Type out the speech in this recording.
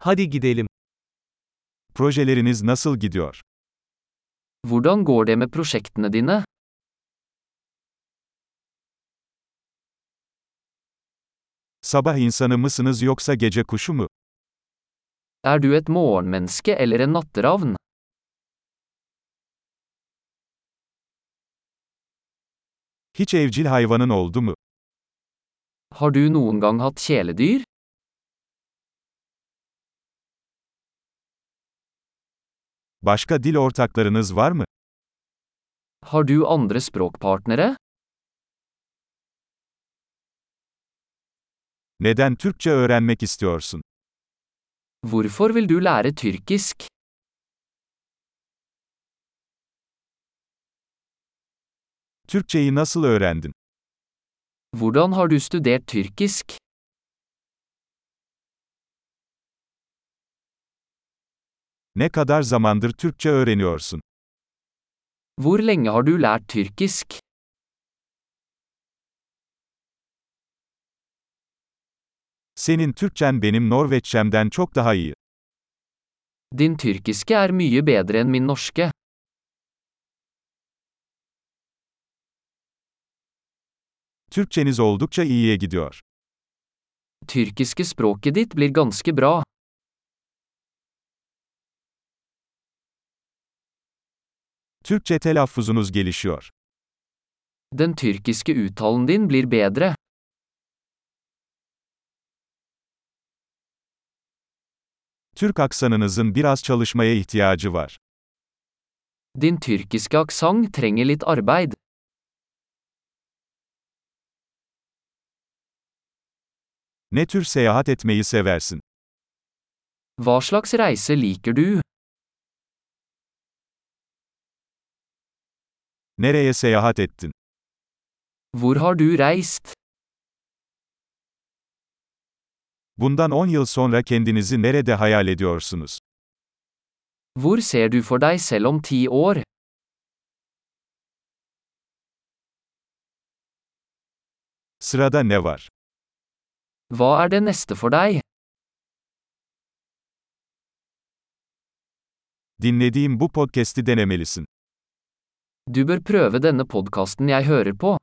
Hadi gidelim. Projeleriniz nasıl gidiyor? Hvordan går det med prosjektene dine? Sabah insanı mısınız yoksa gece kuşu mu? Er du et morgenmenneske eller en natteravn? Hiç evcil hayvanın oldu mu? Har du noen gang hatt kjæledyr? Başka dil ortaklarınız var mı? Har du andre språkpartnere? Neden Türkçe öğrenmek istiyorsun? Hvorfor vil du lære tyrkisk? Türkçeyi nasıl öğrendin? Hvordan har du studert tyrkisk? Ne kadar zamandır Türkçe öğreniyorsun? Hvor lenge har du lært tyrkisk? Senin Türkçen benim Norveççemden çok daha iyi. Din tyrkiske er mye bedre enn min norske. Türkçeniz oldukça iyiye gidiyor. Tyrkiske språket ditt blir ganske bra. Türkçe telaffuzunuz gelişiyor. Den tyrkiske uttalen din blir bedre. Türk aksanınızın biraz çalışmaya ihtiyacı var. Din tyrkiske aksent trenger litt arbeid. Ne tür seyahat etmeyi seversin? Hva slags reise liker du? Nereye seyahat ettin? Hvor har du reist? Bundan 10 yıl sonra kendinizi nerede hayal ediyorsunuz? Hvor ser du for deg selv om ti år? Sırada ne var? Hva er det neste for deg? Dinlediğim bu podcast'i denemelisin. Du bør prøve denne podkasten jeg hører på.